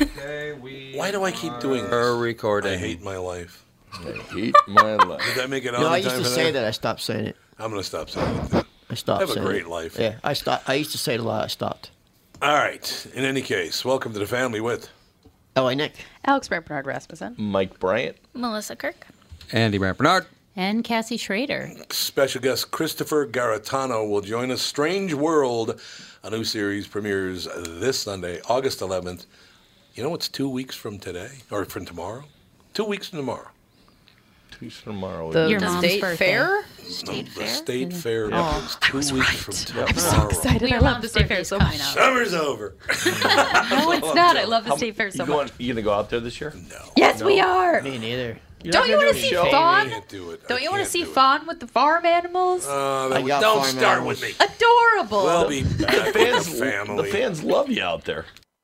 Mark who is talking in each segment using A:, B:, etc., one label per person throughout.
A: Okay, we.
B: Why do I keep doing this?
C: We're recording.
B: I hate my life.
D: I hate my life.
B: Did I make it
E: You
B: all
E: know, I
B: the
E: used
B: time
E: to
B: for
E: say that. I stopped saying it.
B: I'm going to stop saying it. then.
E: I stopped.
B: Have a
E: saying
B: great
E: it.
B: life.
E: Yeah, I stopped. I used to say it a lot. I stopped.
B: All right. In any case, welcome to the family with.
E: L.A. Nick.
F: Alex Bernard Rasmussen.
D: Mike Bryant.
G: Melissa Kirk.
C: Andy Rappernard.
G: And Cassie Schrader.
B: Special guest Christopher Garitano will join us. Strange World, a new series premieres this Sunday, August 11th. You know, it's two weeks from today or from tomorrow. Two weeks from tomorrow.
D: Who's tomorrow?
F: The
G: Your
F: the
G: mom's
F: state
G: birthday.
F: fair? Oh,
G: State
B: The
G: Fair.
F: Mm.
B: state fair
D: Yeah.
B: is two weeks from tomorrow.
F: Excited. I
G: Your
F: love
G: mom's
F: the state fair
G: birthday's
F: so
G: coming
F: much.
G: up.
B: Summer's over.
F: No, it's not. I love the
D: How-
F: state fair so
D: you going,
F: much.
D: You gonna go out there this year?
F: Yes, we are.
E: Me neither.
D: You're
F: Don't
D: not
F: you
D: gonna
F: want
D: do
F: to
D: a
F: see
D: show?
B: I
F: Fawn?
B: can't do it. I
F: Don't you want to
B: can't
F: see
B: do it.
F: Fawn with the farm animals?
B: Uh,
E: I got
B: don't
E: farm
B: start
E: animals.
B: with me.
F: Adorable.
B: We'll be back with
D: Fans,
B: the family.
D: the fans love you out there.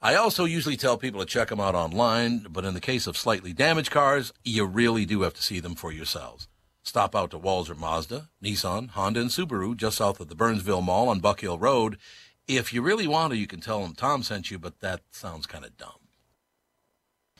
B: I also usually tell people to check them out online, but in the case of slightly damaged cars, you really do have to see them for yourselves. Stop out to Walzer Mazda, Nissan, Honda, and Subaru just south of the Burnsville Mall on Buck Hill Road. If you really want to, you can tell them Tom sent you, but that sounds kind of dumb.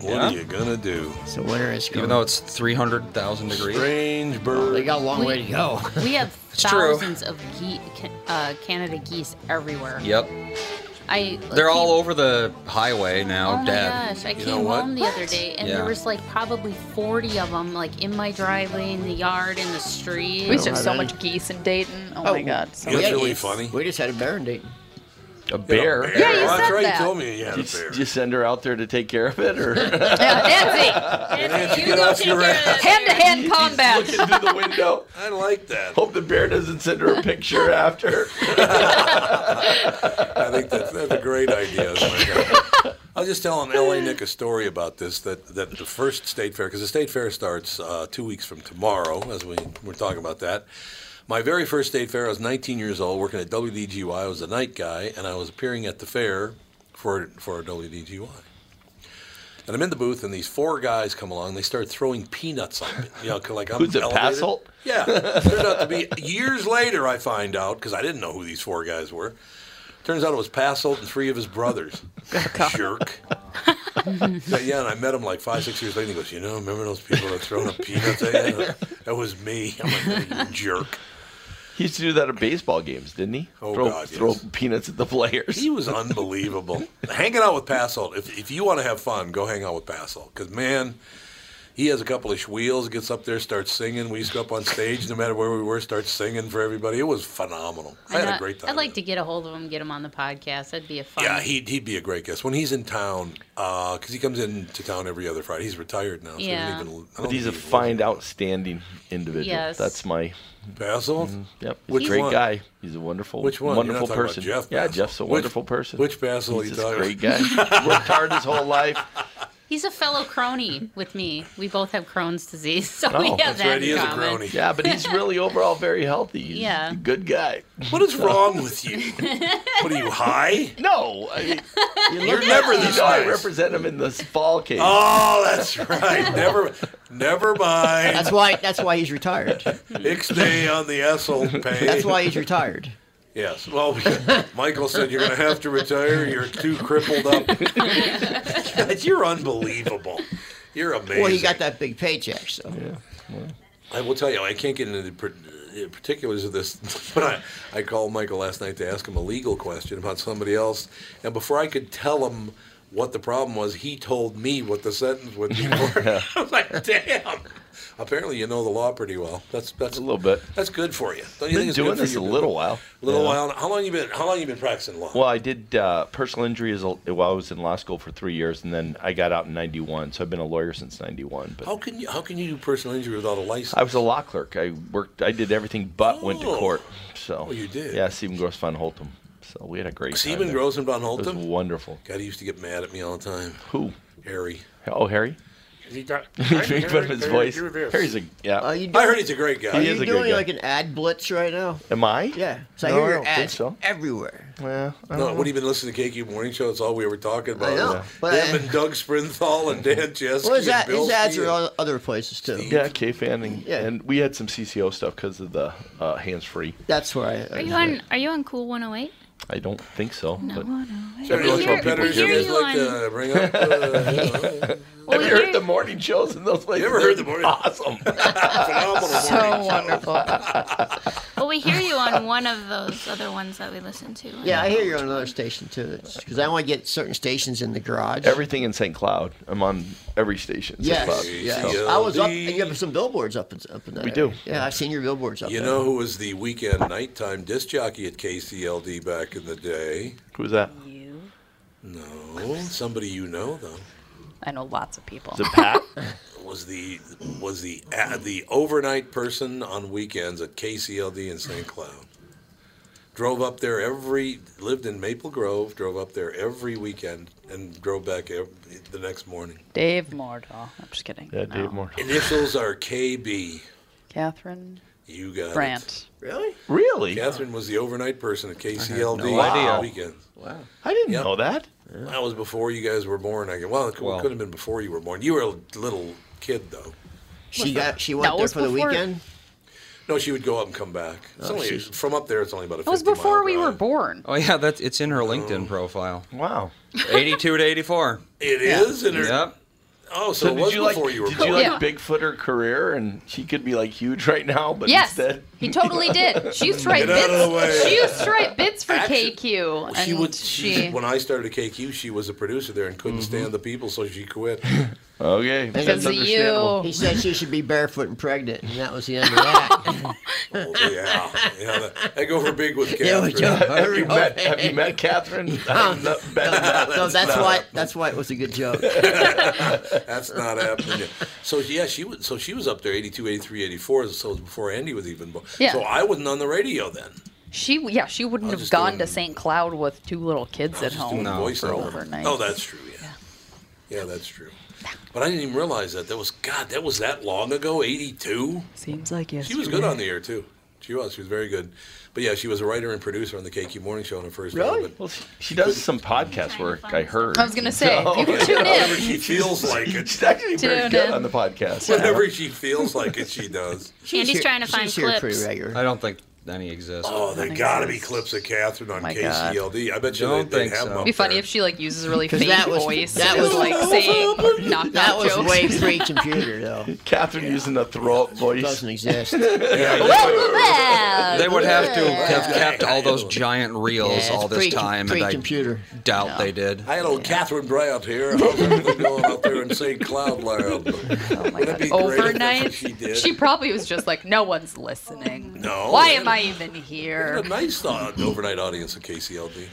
B: What
C: Yeah?
B: are you gonna do?
E: So winter is coming.
C: Even though it's 300,000 degrees.
B: Strange bird.
E: they got a long way to go.
G: We have
C: true.
G: thousands of ge- ca- uh, Canada geese everywhere.
C: Yep.
G: I
C: They're all
G: came-
C: over the highway now,
G: Oh my
C: dead.
G: gosh! I
B: know
G: came
B: what?
G: home the other day, and
C: Yeah.
G: there was like probably forty of them, like in my driveway, in the yard, in the street.
F: We just
B: Oh,
F: have so
E: Alrighty.
F: much geese in Dayton. Oh,
E: Oh,
F: my God. So
B: It's
E: Yeah,
B: really
E: it's-
B: funny.
E: We just had a bear in Dayton.
D: A bear.
B: Yeah,
F: Yeah, you
B: that's
F: said
B: right.
F: that.
B: You told me you had a
D: Just,
B: bear.
D: just send her out there to take care of it, or
F: yeah, Nancy,
B: Nancy, get off your ass.
F: hand to hand combat.
D: looking through the window.
B: I like that.
D: Hope the bear doesn't send her a picture after.
B: I think that's, that's a great idea. Oh my God. I was just telling LA Nick a story about this that, that the first state fair, because the state fair starts uh, two weeks from tomorrow, as we were talking about that. My very first state fair, I was 19 years old, working at WDGY. I was a night guy, and I was appearing at the fair for, for WDGY. And I'm in the booth, and these four guys come along. They start throwing peanuts on me. You know, 'cause, like I'm
D: Who's it,
B: elevated.
D: Passel?
B: Yeah, turned out to be years later. I find out because I didn't know who these four guys were. Turns out it was Passelt and three of his brothers. Jerk. But yeah, and I met him like five, six years later. And he goes, "You know, remember those people that thrown up peanuts? at you?" uh, That was me. I'm like, "You jerk."
D: He used to do that at baseball games, didn't he?
B: Oh,
D: throw,
B: God,
D: throw
B: yes.
D: peanuts at the players.
B: He was unbelievable. hanging out with Passolt. If, if you want to have fun, go hang out with Passolt. Because, man, He has a couple of squeals, gets up there, starts singing. We used to go up on stage, no matter where we were, start singing for everybody. It was phenomenal. I, had
G: know-
B: a great time.
G: I'd like to get a hold of him, get him on the podcast. That'd be a fun.
B: Yeah, he'd, he'd be a great guest when he's in town, because he comes into town every other Friday. He's retired now, so
G: Yeah.
B: he doesn't even. I don't
H: But he's a
B: think he even
H: fine, outstanding individual.
G: Yes.
H: That's my.
B: lives in Basel.
H: Mm-hmm. Yep.
B: Which
H: great
B: one?
H: guy. He's a wonderful,
B: Which one? You're not
H: wonderful
B: talking about
H: person.
B: Jeff
H: yeah,
B: Basil.
H: Jeff's a
B: Which-
H: wonderful person.
B: which Basil
H: He's
B: you
H: just a
B: talking
H: great guy. Worked hard his whole life.
G: He's a fellow crony with me. We both have Crohn's disease, so
H: Oh,
G: we have
H: that's
G: that
B: Right, he
G: in
B: is a
G: common.
B: crony.
H: Yeah, but he's really overall very healthy. He's
G: Yeah.
H: a good guy.
B: What is wrong with you? What are you high?
H: No, I mean,
B: You're never this
H: you know, I
B: nice.
H: represent him in this fall case.
B: Oh, that's right. Never, never mind.
E: That's why. That's why he's retired.
B: Ixnay on the Essel pay.
E: That's why he's retired.
B: Yes. Well, because Michael said you're going to have to retire. You're too crippled up. God, you're unbelievable. You're amazing.
E: Well, he got that big paycheck, so
B: I will tell you, I can't get into the par- uh, particulars of this, but I, I called Michael last night to ask him a legal question about somebody else, and before I could tell him what the problem was, he told me what the sentence would be. For. it. I was like, damn. Apparently, you know the law pretty well. That's that's
H: a little bit.
B: That's good for you. Don't you
H: Been
B: think it's
H: doing
B: good for
H: this
B: you?
H: a little while.
B: little
H: Yeah.
B: while. How long you been? How long you been practicing law?
H: Well, I did uh, personal injury as a, while I was in law school for three years, and then I got out in '91. So I've been a lawyer since '91. But
B: how can you how can you do personal injury without a license?
H: I was a law clerk. I worked. I did everything but went to
B: Oh.
H: court. So
B: Oh, you did.
H: Yeah, Stephen Gross von Holtum. So we had a great. time
B: Stephen
H: there.
B: Gross and Von
H: It was
B: Holtum.
H: wonderful.
B: God, he used to get mad at me all the time.
H: Who?
B: Harry.
H: Oh, Harry.
I: He got.
H: He's making fun of his voice. Harry's a yeah.
E: uh, you do,
B: I heard he's a great guy.
E: are
H: He
E: you
H: is a good
E: doing
H: guy.
E: like an ad blitz right now?
H: Am I?
E: Yeah. So
H: No,
E: I
H: I
E: hear
H: don't
E: your
H: think
E: ads
H: so.
E: everywhere.
H: Well, I
B: No,
H: don't know.
B: what have you been listening to KQ Morning Show? It's all we were talking about.
E: I know,
B: Him
E: but-
B: and Doug Sprinthal and Dan Chesky
E: Well, his,
B: and
E: ad,
B: Bill
E: his ads
B: Steele.
E: are all other places too.
H: Yeah, K fan and,
E: Yeah.
H: and we had some CCO stuff because of the uh, hands free.
E: That's where I. uh,
G: Are you on? Are you on Cool 108?
H: I don't think so. but
B: Every
G: We
B: once in a
G: hear-
B: while, Petters,
G: we hear
B: you guys
G: you
B: like to bring up. Uh,
G: Well,
H: have you heard the morning shows in those places?
B: ever heard the morning-
H: Awesome.
B: phenomenal
F: So
B: morning.
F: wonderful.
I: Well, we hear you on one of those other ones that we listen to.
E: Yeah, I hear you're on another station too. Because I want to get certain stations in the garage.
H: Everything in St. Cloud. I'm on every station. in St.
E: Yes,
H: Cloud.
E: yes.
B: So-
E: I was up. You have some billboards up in up in that.
H: We
E: area.
H: do.
E: Yeah, I've seen your billboards up
B: You
E: there.
B: know who was the weekend nighttime disc jockey at KCLD back in the day?
H: Who's that?
B: No, somebody you know though.
F: I know lots of people.
H: Is it Pat?
B: Was the was the uh, the overnight person on weekends at KCLD in St. Cloud? Drove up there every lived in Maple Grove. Drove up there every weekend and drove back ev the next morning.
F: Dave Mordahl. I'm just kidding. No.
H: yeah, Dave Moore.
B: Initials are KB.
F: Catherine
B: You got it.
F: Brandt.
E: Really?
H: Really?
B: Catherine was the overnight person at KCLD
C: no idea.
B: on weekends.
H: I didn't
B: Yep.
H: know that.
B: That was before you guys were born. I guess. Well, it
C: Well.
B: could have been before you were born. You were a little kid though.
E: She got. She
F: That
E: went there
F: was
E: for the
F: before-
E: weekend.
B: No, she would go up and come back.
H: Oh,
B: It's only
E: she's-
B: from up there. It's only about a.
F: That was
B: 50 mile
F: before we were
B: drive.
F: born.
C: Oh yeah, that's it's in her LinkedIn profile.
H: Wow.
C: 82 to 84.
B: It is, and her-
C: Yep.
B: oh, so,
H: So,
B: it
H: did
B: was
H: you like
B: before you were
H: did
B: born.
H: you like
F: Yeah.
H: Bigfoot her career and she could be like huge right now, but
F: Yes,
H: instead
F: he totally did. She used to write
B: Get out of the
F: bits.
B: way.
F: She used to write bits for
B: Actually,
F: KQ, and
B: she
F: she,
B: would. She, when I started at KQ, she was a producer there and couldn't stand the people, so she quit.
H: Mm-hmm. Okay.
F: because
H: that's
F: of
H: understandable.
E: He
F: you.
E: said she should be barefoot and pregnant, and that was the end of that.
B: Oh, yeah, yeah. That, I go over big with
E: Yeah, we
B: Catherine.
E: joke.
H: Have you met have you met Catherine? I've not met her.
E: no, that's why. That's why it was a good joke.
B: That's not happening. So yeah, she was. So she was up there, 82, 83, 84. So it was before Andy was even born.
F: Yeah.
B: So I wasn't on the radio then.
F: She, yeah, she wouldn't
B: I
F: have
B: was just
F: gone to
B: doing-
F: St. Cloud with two little kids at
B: Just
F: home
B: doing
C: No,
F: for
B: voiceover.
F: overnight.
B: Oh, that's true. Yeah. yeah, that's true. But I didn't even realize that. That was God. That was that long ago. 82.
F: Seems like yes.
B: She was good on the air too. She was. She was very good. But yeah, she was a writer and producer on the KQ Morning Show on her first.
E: Really?
B: Album,
H: Well, she, she does some podcast work, I heard.
F: I was gonna say, if you
B: but
F: can tune
B: whenever
F: in.
B: she feels like it.
H: She's actually very
F: Tune
H: good
F: in.
H: on the podcast.
B: Whenever she feels like it, she does.
I: Andy's
E: She's
I: trying to
E: here-
I: find
E: she's here
I: clips.
E: pretty
C: I
E: regular.
C: don't think
J: any exist.
B: Oh, there
F: think
B: got to
F: so.
B: be clips of Catherine on
F: my God.
B: KCLD. I bet you
J: Don't
B: they, they
J: think
B: have
J: so.
B: them.
J: It'd
F: be
B: up
F: funny
B: there.
F: if she like uses a really
E: 'Cause
F: fake
E: that was-
F: voice.
E: that
F: and
E: was-
F: is, like saying knock
E: That
F: knock
E: was
F: jokes.
E: way free computer though.
H: Catherine using a throw up voice.
E: Doesn't exist.
J: They would have to have kept all those
B: Yeah.
J: giant reels
E: Yeah,
J: all
E: it's
J: this
E: pre-
J: time, and I
E: pre-computer.
J: doubt
E: No.
J: they did.
B: I had old Catherine Brown here. How's everything going out there in St. Cloud Land?
F: Oh my God.
B: That'd be great if that's
F: Overnight,
B: what she did.
F: she probably was just like, no one's listening.
B: No,
F: Why
B: man.
F: am I even here?
B: a nice uh, overnight audience at KCLD.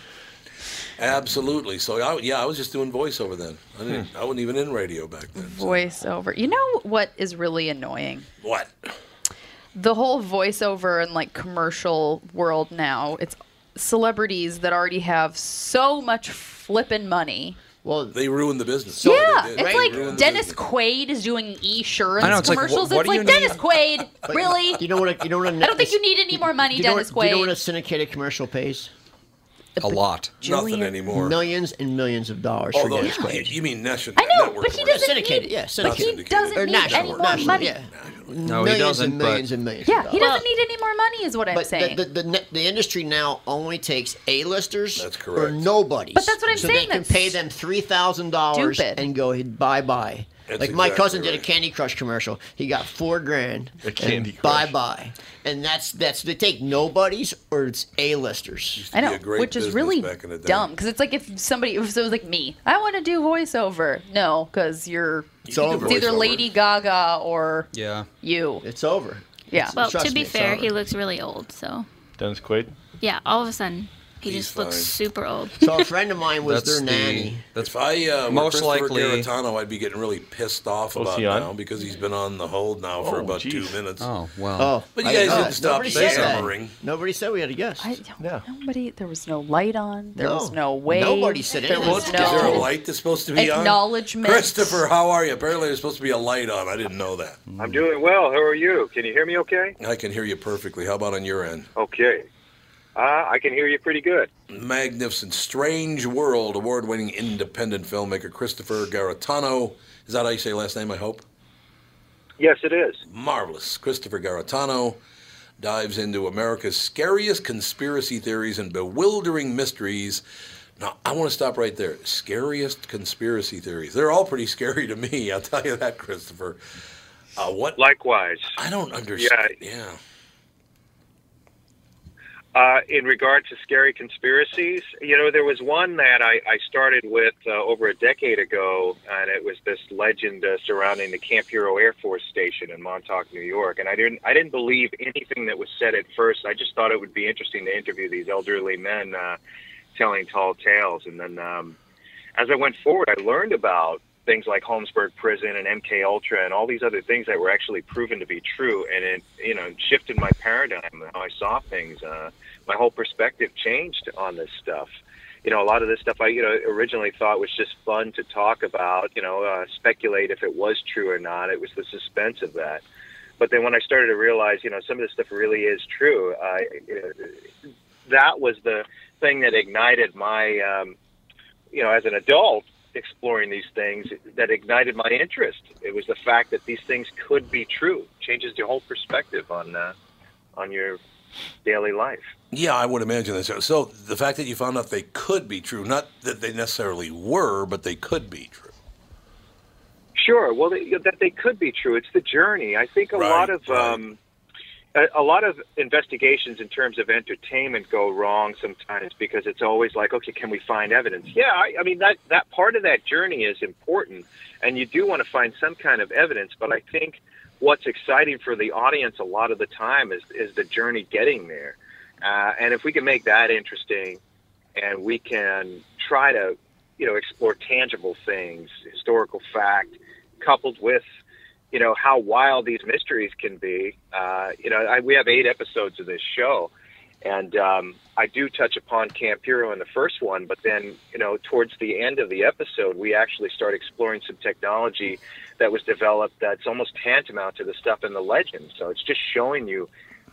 B: Absolutely. So I, yeah, I was just doing voiceover then. I didn't.
J: Hmm.
B: I wasn't even in radio back then. so-
F: voiceover. You know what is really annoying?
B: What?
F: The whole voiceover and like commercial world now. It's celebrities that already have so much flippin' money.
E: Well,
B: They ruined the business.
F: yeah,
B: They did.
F: it's
B: They
F: like
B: ruined the
F: Dennis
B: business.
F: Quaid is doing e-insurance
J: I know, it's like, wh-
F: commercials.
J: what do
F: it's
J: you
F: like Dennis
J: need?
F: Quaid, really?
E: you know what? a- You know what?
F: I don't think you need any more money, Dennis
E: Do you know what a
F: Quaid.
E: syndicated commercial pays?
J: A lot.
B: Nothing anymore.
E: Millions and millions of dollars
B: Although
E: for Dennis
B: you,
E: Quaid.
B: you mean national?
F: I know, but he doesn't
E: Syndicated,
F: need.
E: yeah,
F: but he
B: syndicated.
F: doesn't
B: Or
F: need
E: national,
F: any more
E: national,
F: money.
E: yeah.
J: No, he
E: millions
J: doesn't.
E: and millions
J: But
E: and millions.
F: Yeah,
E: of
F: he
E: dollars.
F: doesn't need any more money, is what I'm
E: But
F: saying.
E: The, the, the, ne- the industry now only takes A-listers
B: That's
E: or
B: correct.
E: nobodies.
F: But that's what I'm
E: so
F: saying,
E: They can
F: that's
E: pay them three thousand dollars
F: stupid.
E: and go bye bye.
B: That's
E: like my
B: exactly
E: cousin did a
B: right.
E: Candy Crush commercial. He got four grand.
H: A Candy
E: Bye
H: Crush.
E: bye. And that's that's they take nobodies or it's A-listers.
B: to
F: I
B: be
F: know,
B: a great
F: which is
B: business
F: really
B: back in the day.
F: dumb because it's like if somebody, if it was like me, I want to do voiceover. No, because you're,
E: It's
B: can do
E: over.
F: it's either
B: voiceover.
F: Lady Gaga or
J: yeah,
F: you.
E: It's over.
F: Yeah.
I: Well,
E: Trust
I: to be
E: me, it's
I: fair, he
E: over.
I: looks really old. So
H: Dennis Quaid.
I: yeah, all of a sudden he
B: He's
I: just looks
B: fine.
I: super old.
E: So a friend of mine was
J: that's
E: their
J: the.
E: nanny.
J: That's
B: If I uh, were
J: Most
B: Christopher
J: likely-
B: Garantano, I'd be getting really pissed off
H: Was
B: about
H: he on?
B: now because he's been on the hold now for
H: Oh,
B: about two
H: geez.
B: minutes.
J: oh well.
E: Oh,
B: But you
E: I
B: guys
E: didn't
B: didn't stop
E: Nobody said that.
B: yammering.
E: Nobody said we had a guest.
F: I don't,
H: Yeah.
F: Nobody, there was no light on. There
E: No.
F: was no way.
E: Nobody said
F: There
E: anything.
F: was
E: Is
F: no.
B: Is there a light that's supposed to be on?
F: Acknowledgement.
B: Christopher, how are you? Apparently, there's supposed to be a light on. I didn't know that.
K: I'm doing well. How are you? Can you hear me okay?
B: I can hear you perfectly. How about on your end?
K: Okay. Uh, I can hear you pretty good.
B: Magnificent, strange world, award-winning independent filmmaker Christopher Garantano. Is that how you say your last name? I hope.
K: Yes, it is.
B: marvelous Christopher Garantano dives into America's scariest conspiracy theories and bewildering mysteries. Now, I want to stop right there. Scariest conspiracy theories. They're all pretty scary to me, I'll tell you that, Christopher. Uh, what?
K: Likewise,
B: I don't understand. Yeah.
K: uh, in regard to scary conspiracies, you know, there was one that I, I started with uh, over a decade ago, and it was this legend uh, surrounding the Camp Hero Air Force Station in Montauk, New York. And I didn't, I didn't believe anything that was said at first. I just thought it would be interesting to interview these elderly men uh, telling tall tales, and then. Um, as I went forward, I learned about things like Holmesburg Prison and MK Ultra and all these other things that were actually proven to be true, and it you know shifted my paradigm and how I saw things. Uh, my whole perspective changed on this stuff. You know, a lot of this stuff I you know originally thought was just fun to talk about. You know, uh, speculate if it was true or not. It was the suspense of that. But then when I started to realize, you know, some of this stuff really is true. Uh, you know, that was the thing that ignited my um, you know, as an adult exploring these things that ignited my interest. It was the fact that these things could be true. Changes your whole perspective on uh, on your daily life.
B: Yeah, I would imagine that. So- So the fact that you found out they could be true, not that they necessarily were, but they could be true.
K: Sure. Well, they, that they could be true. It's the journey. I think a
B: Right,
K: lot of
B: right.
K: um, a, a lot of investigations in terms of entertainment go wrong sometimes because it's always like, okay, can we find evidence? Yeah, I, I mean that that part of that journey is important, and you do want to find some kind of evidence. But I think what's exciting for the audience a lot of the time is is the journey getting there, uh, and if we can make that interesting, and we can try to you know explore tangible things, historical fact, coupled with you know how wild these mysteries can be. Uh, you know, I, we have eight episodes of this show, and um, I do touch upon Camp Hero in the first one, but then you know towards the end of the episode, we actually start exploring some technology that was developed that's almost tantamount to the stuff in the legend. So it's just showing you,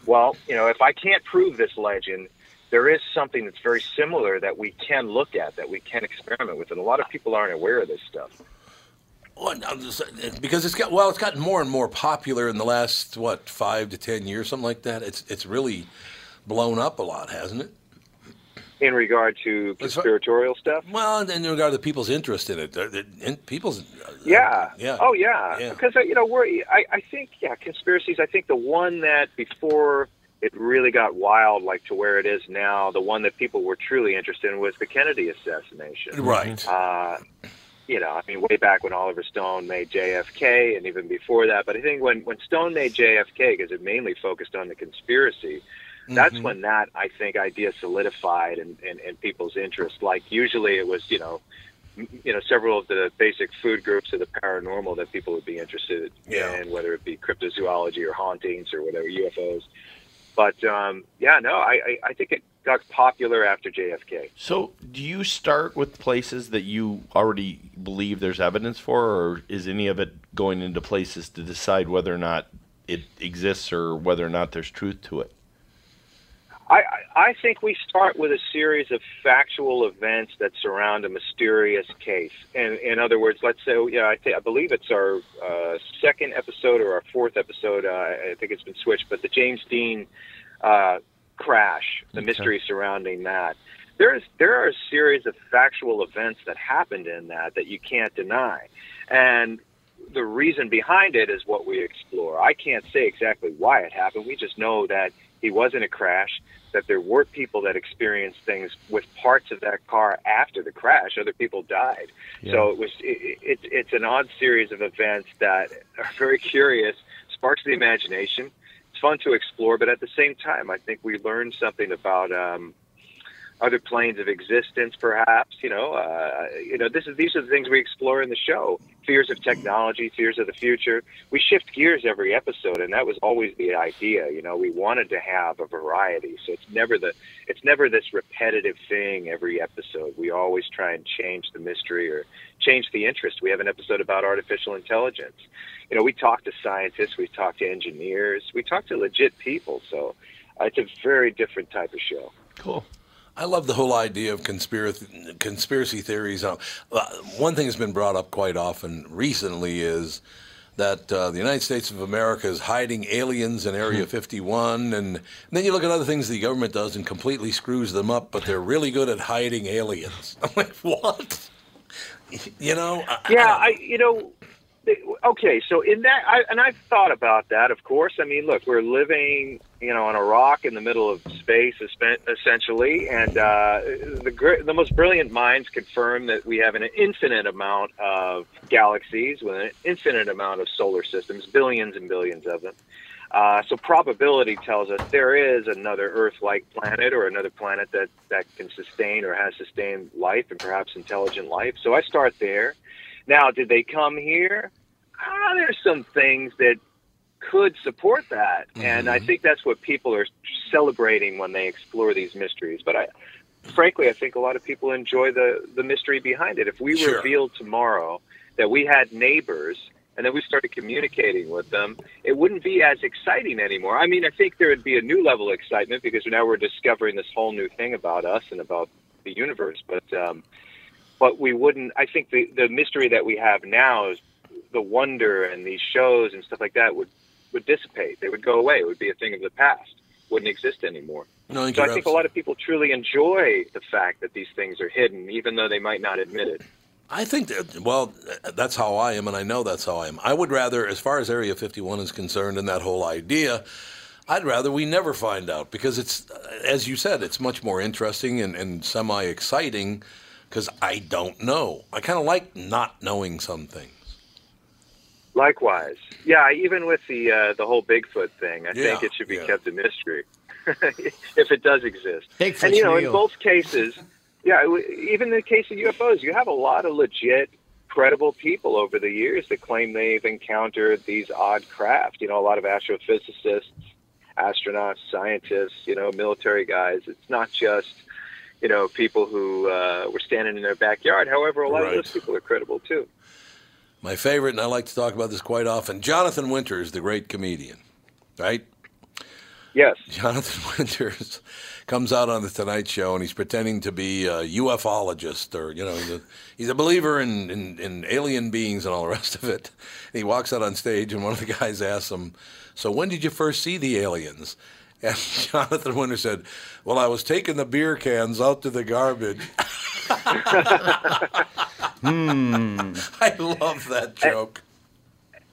K: well, you know, if I can't prove this legend. There is something that's very similar that we can look at, that we can experiment with, and a lot of people aren't aware of this stuff.
B: Well, no, this- because it's got well, it's gotten more and more popular in the last what five to ten years, something like that. It's it's really blown up a lot, hasn't it?
K: in regard to conspiratorial stuff.
B: Well, and in regard to people's interest in it, They're- they're- in- people's
K: Yeah.
B: Yeah.
K: Oh, yeah.
B: Yeah.
K: Because uh, you know, we're, I, I think yeah, conspiracies. I think the one that before it really got wild, like to where it is now, the one that people were truly interested in was the Kennedy assassination.
B: Right.
K: Uh, you know, I mean, way back when Oliver Stone made JFK, and even before that. But I think when when Stone made JFK, because it mainly focused on the conspiracy.
C: Mm-hmm.
K: That's
E: Mhm.
K: when that I think idea solidified and in, in, in people's interest. Like usually it was, you know, you know several of the basic food groups of the paranormal that people would be interested in, whether it be cryptozoology or hauntings or whatever UFOs. But um, yeah, no, I, I, I think it got popular after JFK.
H: So, do you start with places that you already believe there's evidence for, or is any of it going into places to decide whether or not it exists or whether or not there's truth to it?
K: I, I- I think we start with a series of factual events that surround a mysterious case. In, in other words, let's say, yeah, I, th- I believe it's our uh, second episode or our fourth episode. Uh, I think it's been switched, but the James Dean uh, crash, the
L: Okay.
K: mystery surrounding that. There is there are a series of factual events that happened in that that you can't deny, and the reason behind it is what we explore. I can't say exactly why it happened. We just know that he was in a crash, that there were people that experienced things with parts of that car after the crash. Other people died.
E: Yeah.
K: So it was it, it, it's an odd series of events that are very curious, sparks the imagination. It's fun to explore, but at the same time, I think we learned something about um, other planes of existence, perhaps. You know, uh, you know, this is these are the things we explore in the show: fears of technology, fears of the future. We shift gears every episode, and that was always the idea. You know, we wanted to have a variety, so it's never the it's never this repetitive thing every episode. We always try and change the mystery or change the interest. We have an episode about artificial intelligence. You know, we talk to scientists, we talk to engineers, we talk to legit people. So. uh, It's a very different type of show.
H: Cool.
B: I love the whole idea of conspiracy conspiracy theories. Uh, one thing that's been brought up quite often recently is that uh, the United States of America is hiding aliens in Area 51, and, and then you look at other things the government does and completely screws them up, but they're really good at hiding aliens. I'm like, what? You know? I-
K: yeah, I, you know, they- okay. So in that, I, and I've thought about that. Of course, I mean, look, we're living, you know, on a rock in the middle of space, espe- essentially, and uh, the gr- the most brilliant minds confirm that we have an infinite amount of galaxies with an infinite amount of solar systems, billions and billions of them. Uh, so probability tells us there is another Earth-like planet or another planet that, that can sustain or has sustained life and perhaps intelligent life. So I start there. Now, did they come here? Ah, there's some things that could support that, and I think that's what people are celebrating when they explore these mysteries. But I, frankly, I think a lot of people enjoy the the mystery behind it. If we
E: Sure.
K: revealed tomorrow that we had neighbors and then we started communicating with them, it wouldn't be as exciting anymore. I mean, I think there would be a new level of excitement because now we're discovering this whole new thing about us and about the universe. But um, but we wouldn't. I think the the mystery that we have now is the wonder and these shows and stuff like that would would dissipate. They would go away. It would be a thing of the past. Wouldn't exist anymore.
B: No, I think
K: so I
B: you're
K: think a lot of people truly enjoy the fact that these things are hidden, even though they might not admit it.
B: I think that, well, that's how I am, and I know that's how I am. I would rather, as far as Area 51 is concerned and that whole idea, I'd rather we never find out because it's, as you said, it's much more interesting and, and semi exciting because I don't know. I kind of like not knowing some things.
K: Likewise, yeah. Even with the uh, the whole Bigfoot thing, I think
B: Yeah,
K: it should be
B: yeah.
K: kept a mystery if it does exist.
M: Bigfoot's
K: and you know,
M: real.
K: in both cases, yeah, w- even in the case of UFOs, you have a lot of legit, credible people over the years that claim they've encountered these odd craft. You know, a lot of astrophysicists, astronauts, scientists, you know, military guys. It's not just you know people who uh, were standing in their backyard. However, a lot of those people are credible too.
B: My favorite, and I like to talk about this quite often Jonathan Winters, the great comedian, right?
K: Yes.
B: Jonathan Winters comes out on the Tonight Show and he's pretending to be a ufologist or, you know, he's a, he's a believer in, in, in alien beings and all the rest of it. And he walks out on stage and one of the guys asks him, So when did you first see the aliens? And Jonathan Winter said, Well, I was taking the beer cans out to the garbage.
N: Hmm.
B: I love that joke.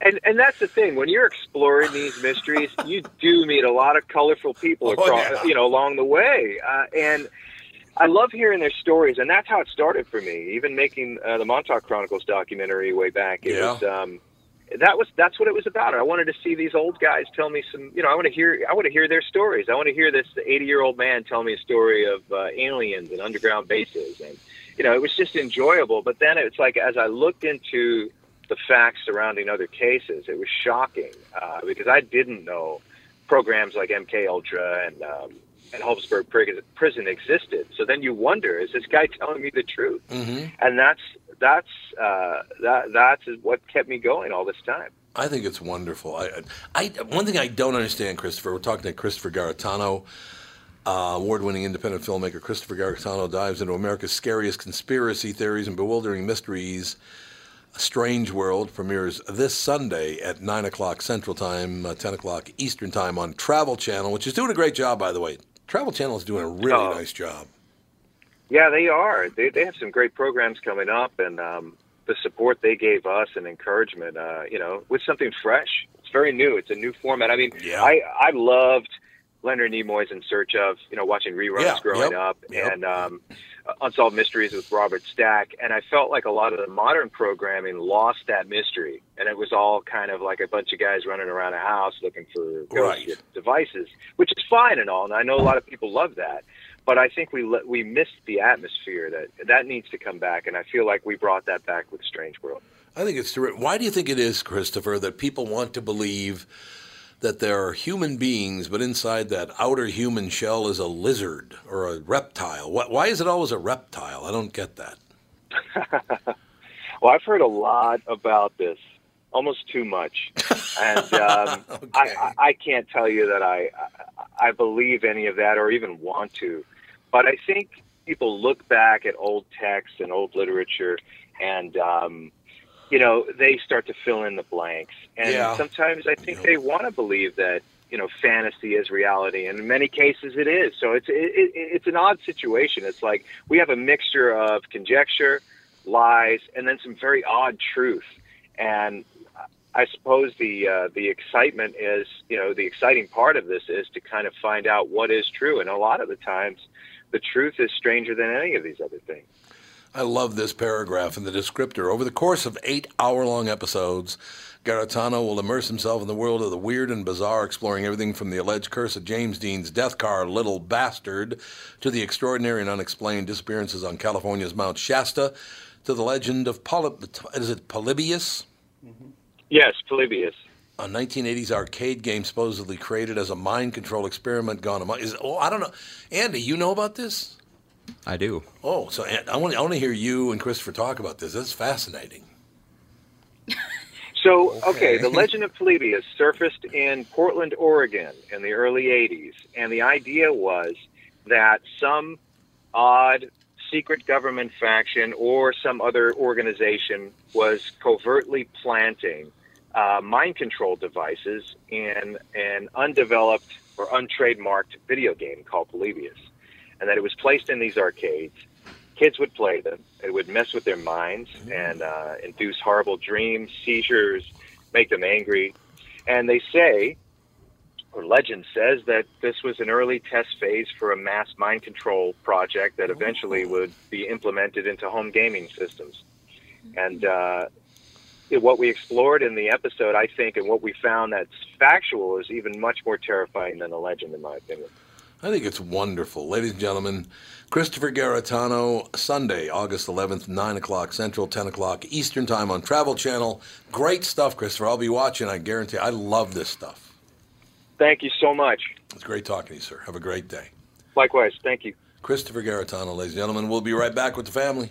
K: And and that's the thing. When you're exploring these mysteries, you do meet a lot of colorful people
B: Oh,
K: across,
B: yeah.
K: you know, along the way. Uh, and I love hearing their stories, and that's how it started for me. Even making uh, the Montauk Chronicles documentary way back, it
M: Yeah.
K: was. Um, that was that's what it was about. I wanted to see these old guys tell me some, you know, I want to hear I want to hear their stories. I want to hear this 80 year old man tell me a story of uh, aliens and underground bases, and you know, it was just enjoyable. But then it's like as I looked into the facts surrounding other cases, it was shocking uh, because I didn't know programs like MK Ultra and um, and Holmesburg prison, prison existed. So then you wonder, is this guy telling me the truth?
B: Mm-hmm.
K: And that's that's uh, that that's what kept me going all this time.
B: I think it's wonderful. I, I, I- one thing I don't understand, Christopher. We're talking to Christopher Garitano, uh, award-winning independent filmmaker. Christopher Garitano dives into America's scariest conspiracy theories and bewildering mysteries. A Strange World premieres this Sunday at nine o'clock Central Time, uh, ten o'clock Eastern Time on Travel Channel, which is doing a great job, by the way. Travel Channel is doing a really nice job.
K: Yeah, they are. They they have some great programs coming up, and um, the support they gave us and encouragement, uh, you know, with something fresh. It's very new. It's a new format. I mean, I I loved Leonard Nimoy's In Search of, you know, watching reruns
M: Yeah,
K: growing
M: yep,
K: up,
M: yep.
K: and um, Unsolved Mysteries with Robert Stack, and I felt like a lot of the modern programming lost that mystery, and it was all kind of like a bunch of guys running around a house looking for ghost
M: Right.
K: devices, which is fine and all, and I know a lot of people love that, but I think we le- we missed the atmosphere that that needs to come back, and I feel like we brought that back with Strange World.
B: I think it's terrific. Why do you think it is, Christopher, that people want to believe that there are human beings, but inside that outer human shell is a lizard or a reptile? Why, why is it always a reptile? I don't get that.
K: Well, I've heard a lot about this, almost too much, and um, I, I- I can't tell you that I I- I believe any of that or even want to, but I think people look back at old texts and old literature, and um, you know they start to fill in the blanks, and
M: Yeah.
K: sometimes I think they want to believe that you know fantasy is reality, and in many cases it is. So it's it, it, it's an odd situation. It's like we have a mixture of conjecture lies, and then some very odd truth. And I suppose the uh, the excitement is, you know, the exciting part of this is to kind of find out what is true. And a lot of the times, the truth is stranger than any of these other things.
B: I love this paragraph in the descriptor. Over the course of eight hour long episodes, Garitano will immerse himself in the world of the weird and bizarre, exploring everything from the alleged curse of James Dean's death car, Little Bastard, to the extraordinary and unexplained disappearances on California's Mount Shasta, to the legend of Polyb- is it Polybius?
K: Yes, Polybius.
B: A 1980s arcade game supposedly created as a mind control experiment gone amok. Is, oh, I don't know. Andy, you know about this?
J: I do.
B: Oh, so I want to I want to hear you and Christopher talk about this. That's fascinating.
K: So, okay.
B: Oh, Okay.
K: the legend of Polybius surfaced in Portland, Oregon in the early 80s. And the idea was that some odd secret government faction or some other organization was covertly planting uh, mind control devices in an undeveloped or untrademarked video game called Polybius. And that it was placed in these arcades kids would play them. It would mess with their minds and uh, induce horrible dreams, seizures, make them angry. And they say, or legend says, that this was an early test phase for a mass mind control project that eventually
O: Oh.
K: would be implemented into home gaming systems. And uh, it- what we explored in the episode, I think, and what we found that's factual is even much more terrifying than the legend, in my opinion.
B: I think it's wonderful. Ladies and gentlemen, Christopher Garitano, Sunday, August 11th, 9 o'clock Central, 10 o'clock Eastern Time on Travel Channel. Great stuff, Christopher. I'll be watching, I guarantee. I love this stuff.
K: Thank you so much.
B: It's great talking to you, sir. Have a great day.
K: Likewise. Thank you.
B: Christopher Garitano, ladies and gentlemen. We'll be right back with the family.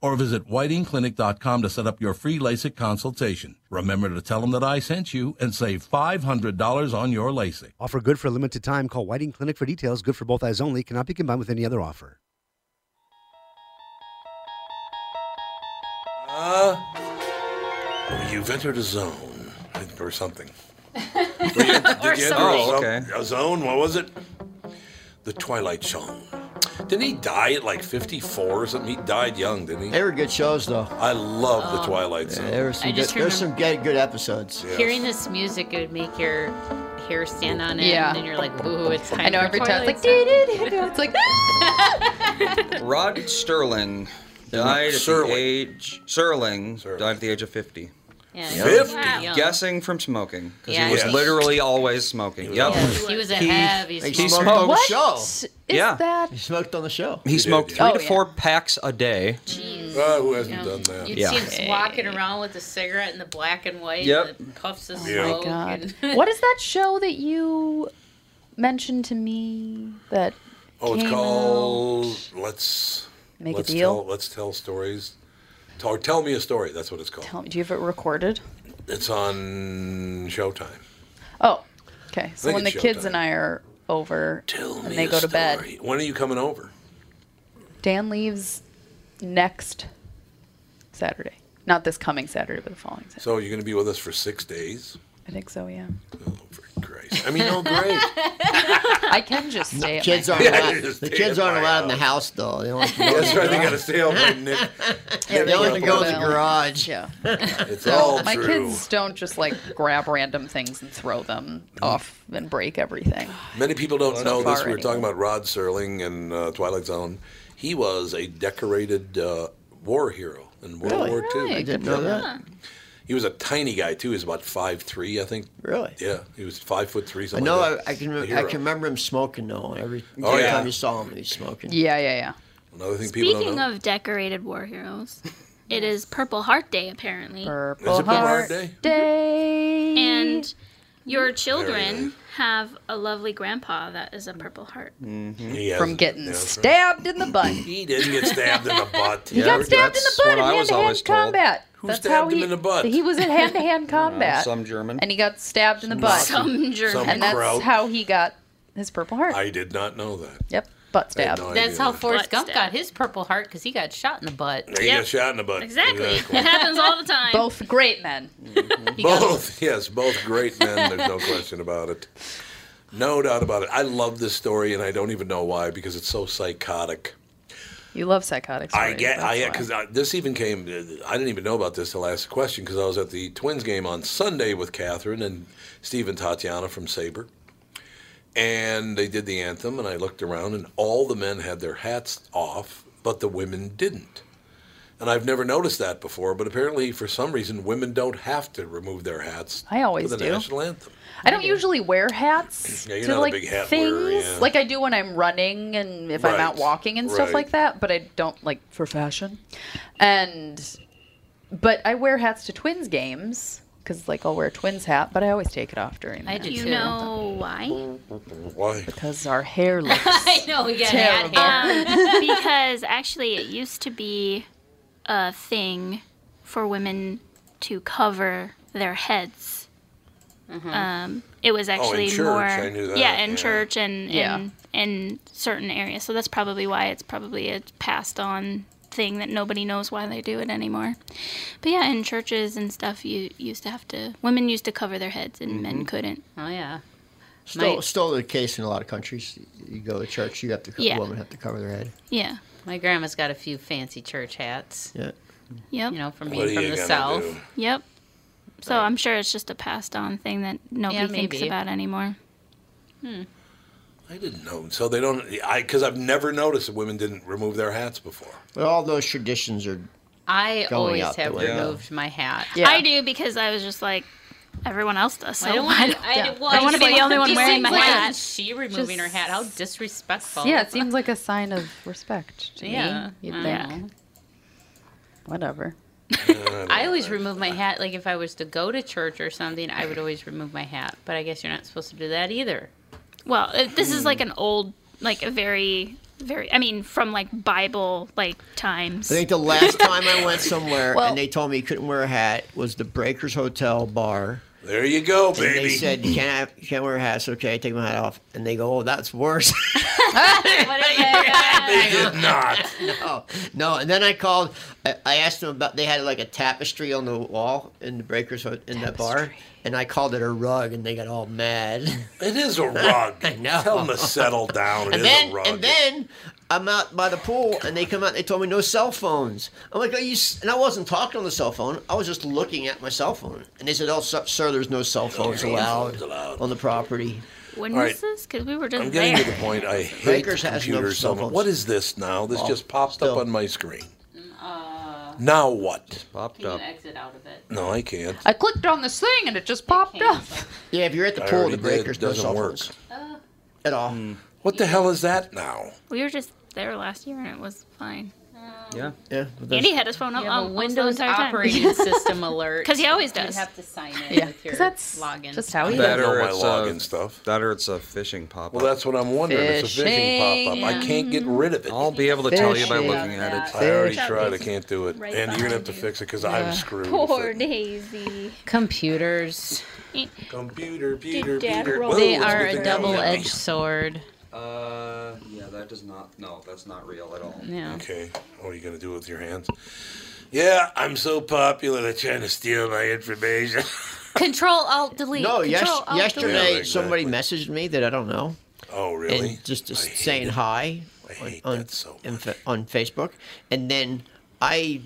P: or visit whitingclinic.com to set up your free LASIK consultation. Remember to tell them that I sent you and save $500 on your LASIK.
M: Offer good for a limited time. Call Whiting Clinic for details. Good for both eyes only. Cannot be combined with any other offer.
B: Uh, well, you've entered a zone or something. Were you- did
G: Or
B: you enter
G: something.
B: a
G: Oh,
B: zone- A zone? What was it? The Twilight Zone. Didn't he die at like 54 or something? He died young, didn't he?
E: They were good shows, though.
B: I love the
G: Oh.
B: Twilight Zone.
E: There were
G: I
E: some good,
G: just
E: there's some good, good episodes.
G: Hearing this music, it would make your hair stand on end,
F: Yeah.
G: and you're like, ooh, it's time
F: I know
G: for
F: every time
G: Twilight
F: it's like,
G: Zone.
F: "Dee-dee-dee-doo," it's like,
C: Rod Sterling died at the age. Serling died at the age of 50.
G: Yeah,
C: Yep.
G: Fifty? Wow.
C: Guessing from smoking because
G: Yeah,
C: he was
G: he-
C: literally always smoking. Yep.
G: Yes, he was a heavy
C: He,
G: smoker.
C: smoked.
G: What
E: is
C: yeah.
F: that?
E: He smoked on the show.
C: He smoked
E: did,
C: three
E: yeah.
C: to
E: Oh, yeah.
C: four packs a day.
G: Jeez.
B: Ah, who hasn't
G: You know,
B: done that?
G: You'd
C: Yeah.
G: see him walking around with a cigarette in the black and white,
C: Yep.
G: and the puffs of
C: Yeah.
G: smoke.
F: Oh God.
G: and-
F: what is that show that you mentioned to me that?
B: Oh, it's
F: came
B: called Let's
F: Make a
B: let's
F: Deal?
B: Tell, let's tell stories. Tell, or tell me a story. That's what it's
F: out?
B: called.
F: Tell me, do you have it recorded?
B: It's on Showtime.
F: Oh, okay. So
B: think
F: when the
B: it's
F: kids
B: Showtime.
F: and I are over and they go to bed,
B: When are you coming over?
F: Dan leaves next Saturday. Not this coming Saturday, but the following. Saturday.
B: So you're going to be with us for six days.
F: I think so. Yeah.
B: I mean, oh great.
F: I can just stay. at
E: Kids
F: my
E: aren't
F: house.
E: allowed, the kids aren't allowed in the house, though. They only
B: That's right. They got to stay out late. Nick.
E: Yeah, they only
B: Nick
E: go in the
B: Apple.
E: garage.
F: Yeah.
B: It's all
F: my
B: true.
F: kids don't just like grab random things and throw them off and break everything.
B: Many people don't
F: So
B: know this.
F: far
B: We were talking about Rod Serling and uh, Twilight Zone. He was a decorated uh, war hero in World
E: Really?
B: War II.
E: Really? I didn't know that. Huh.
B: He was a tiny guy too. He was about five three, I think.
E: Really?
B: Yeah, he was five foot three.
E: I
B: Something
E: know.
B: Like
E: I,
B: that.
E: I can.
B: A
E: Remember, I
B: hero.
E: can remember him smoking though. Every
B: Oh,
E: every
B: yeah.
E: time you saw him, he was smoking.
F: Yeah, yeah, yeah.
B: Another thing people don't
I: Speaking
B: know.
I: of decorated war heroes, it is Purple Heart Day apparently.
F: Purple Purple Heart Heart Day? Day.
I: And your
F: Very
I: children have a lovely grandpa that is a Purple Heart.
B: Mm-hmm. He
F: From
B: hasn't-
F: getting
B: yeah, that's right.
F: stabbed in the butt.
B: He didn't get stabbed in the butt.
F: He got stabbed in the butt in hand-to-hand combat.
B: Who
F: That's
B: stabbed
F: how
B: him
F: he,
B: in the butt?
F: He was in hand-to-hand
E: Uh,
F: combat.
C: Some German.
F: and he got stabbed in the
B: Some
F: butt.
B: Nazi. Some German.
F: And that's
B: Kraut.
F: how he got his Purple Heart.
B: I did not know that.
F: yep, butt
B: I
F: stab.
B: had no
G: That's
B: idea.
G: how Forrest
I: Butt
G: Gump got his Purple Heart because he got shot in the butt.
B: He got shot in the butt.
G: Exactly.
I: It happens all the time.
F: Both great men.
B: Both, yes, both great men. There's no question about it. No doubt about it. I love this story, and I don't even know why because it's so psychotic.
F: You love psychotics.
B: I get, I because this even came. uh, I didn't even know about this till I asked the question because I was at the Twins game on Sunday with Catherine and Steve and Tatiana from Saber, and they did the anthem, and I looked around, and all the men had their hats off, but the women didn't. And I've never noticed that before, but apparently, for some reason, women don't have to remove their hats.
F: I always
B: for the
F: do.
B: national anthem.
F: I don't usually wear hats
B: Yeah, you're
F: to
B: not a
F: like
B: big hat
F: things.
B: wearer, yeah.
F: Like I do when I'm running and if I'm out
B: Right,
F: walking and stuff
B: right.
F: like that, but I don't like for fashion. And but I wear hats to twins games because like I'll wear a twins hat, but I always take it off during.
G: I
F: that.
G: do you
I: Oh,
G: know why?
B: Why?
F: Because our hair looks.
G: I know, yeah,
F: terrible.
I: Um, because actually, it used to be a thing for women to cover their heads.
G: Mm-hmm.
I: Um, it was
G: Oh, in
I: actually
G: church,
I: more,
G: I knew that,
I: yeah, in
G: yeah.
I: church and
G: Yeah.
I: and in certain areas. So that's probably why it's probably a passed on thing that nobody knows why they do it anymore. But yeah, in churches and stuff, you used to have to women used to cover their heads and men couldn't.
G: Oh yeah.
E: Still,
I: My-
E: still the case in a lot of countries. You go to church, you have to
I: Yeah.
E: women have to cover their head.
I: Yeah.
G: My grandma's got a few fancy church hats.
E: Yeah.
I: Yep.
G: You know, from
E: What
G: being
E: are
G: from
E: you
G: the
E: gonna
G: south.
E: do?
I: Yep. So I'm sure it's just a passed on thing that nobody
G: Yeah,
I: thinks
G: maybe.
I: about anymore.
B: I didn't know. So they don't. I because I've never noticed that women didn't remove their hats before.
E: But all those traditions are.
G: I
E: Going
G: always
E: out the
G: have
E: window.
G: removed my hat.
I: I do because I was just like, everyone else does. So
G: I don't
I: why
G: want.
I: don't-
G: I,
I: yeah.
G: well,
I: I don't want to
G: just
I: be the
G: like,
I: only one
G: just
I: wearing my
G: like, why
I: hat.
G: isn't She removing her
F: Just-
G: hat. How disrespectful.
F: Yeah, it seems like a sign of respect to
G: Yeah,
F: me. You'd
G: I
F: think.
G: know.
F: Whatever.
G: I always remove my hat. Like if I was to go to church or something, I would always remove my hat. But I guess you're not supposed to do that either.
I: Well, it- this is like an old, like a very, very. I mean, from like Bible like
E: I
I: times.
E: think the last time I went somewhere
I: Well-
E: and they told me you couldn't wear a hat was the Breakers Hotel bar.
B: There you go,
E: and They
B: baby.
E: said you can't have, you can't wear a hat. So okay, I take my hat off, and they go, "Oh, that's worse."
B: they did not.
E: no, no. And then I called. I, I asked them about. They had like a tapestry on the wall in the Breakers Ho- in that bar, and I called it a rug, and they got all mad.
B: It is a rug.
E: I know.
B: Tell them to settle down.
E: and
B: It is
E: then,
B: a rug.
E: And then I'm out by the pool, and they come out. They told me no cell phones. I'm like, are you? s-" And I wasn't talking on the cell phone. I was just looking at my cell phone. And they said, "Oh, sir, sir there's no cell phones allowed, on the property."
I: When
B: All
I: was
B: right.
I: this? Because we were just
B: I'm getting
I: there.
B: to the point. I hate
E: Baker's has no
B: computers so
E: cell
B: much.
E: phones.
B: What is this now? This
E: Well,
B: just popped up on my screen.
I: Mm, uh,
B: now what?
C: Popped
G: You exit out of it.
B: No, I can't.
F: I clicked on this thing and it just popped up.
E: Yeah, if you're at the
B: I
E: pool,
B: already
E: the
B: did.
E: breakers no
B: Doesn't
E: cell
B: work. Hmm.
E: phones
I: Uh.
E: at all.
B: What the hell is that now?
I: We were just there last year and it was fine. Um,
B: Yeah.
E: Yeah.
I: Andy had his phone up
G: You have a
I: on
G: Um, Windows operating system alert.
I: 'Cause he always
G: You'd
I: does.
G: have to sign in
I: Yeah,
G: with
I: 'cause
G: your
I: that's
G: login.
I: just how he
B: does it. I don't know my
C: it's
B: login
C: a,
B: stuff.
C: Better it's a phishing pop-up.
B: Well, that's what I'm wondering. It's a phishing pop-up.
C: Phishing.
B: I can't get rid of it.
C: I'll be able to tell you by looking at it.
B: I already
C: Phishing.
B: tried. I can't do it.
I: Right
B: Andy, you're gonna have to fix it because I'm
G: Yeah.
B: screwed.
I: Poor Daisy.
G: Computers.
B: Computer, Peter,
I: Did Dad
B: Peter.
I: roll
B: Whoa,
G: They
B: it's a
G: are
B: good thing
G: a
B: I was at
G: double-edged
B: me.
G: sword.
C: Uh, yeah, that does not. No, that's not real at all.
G: Yeah.
B: Okay. What are you gonna do with your hands? Yeah, I'm so popular. They're trying to steal my information.
G: Control Alt Delete.
E: No,
G: Control, Oh,
E: yes,
G: Alt,
E: yesterday
B: Yeah,
E: somebody messaged me that I don't know.
B: Oh, really?
E: And just just saying hi on, on, in fa- on Facebook, and then I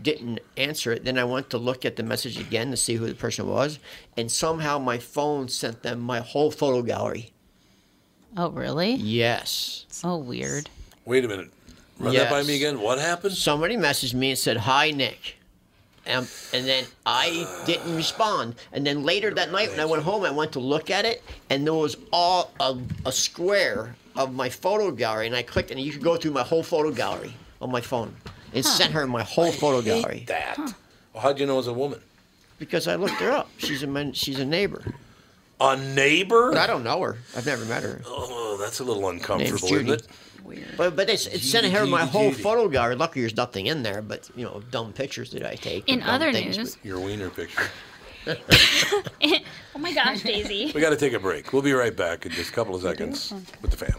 E: didn't answer it. Then I went to look at the message again to see who the person was, and somehow my phone sent them my whole photo gallery.
G: Oh, really?
E: Yes.
G: So weird.
B: Wait a minute. Run that by me again. What happened?
E: Somebody messaged me and said, "Hi, Nick." And, and then I didn't respond. And then later that night, when I went home, I went to look at it, and there was all a, a square of my photo gallery. And I clicked, and you could go through my whole photo gallery on my phone. It sent her my whole photo gallery
B: That. Well, how'd you know it was a woman?
E: because I looked her up. She's a men, she's a neighbor.
B: A neighbor?
E: But I don't know her. I've never met her.
B: Oh, that's a little uncomfortable,
E: Judy.
B: isn't it?
E: But but it's, it sent her my
B: Judy,
E: whole
B: Judy.
E: photo gallery. Luckily, there's nothing in there, but you know, dumb pictures that I take.
I: In
E: dumb
I: other
E: things,
I: news-
B: Your wiener picture.
I: oh my gosh, Daisy.
B: We got to take a break. We'll be right back in just a couple of seconds with the family.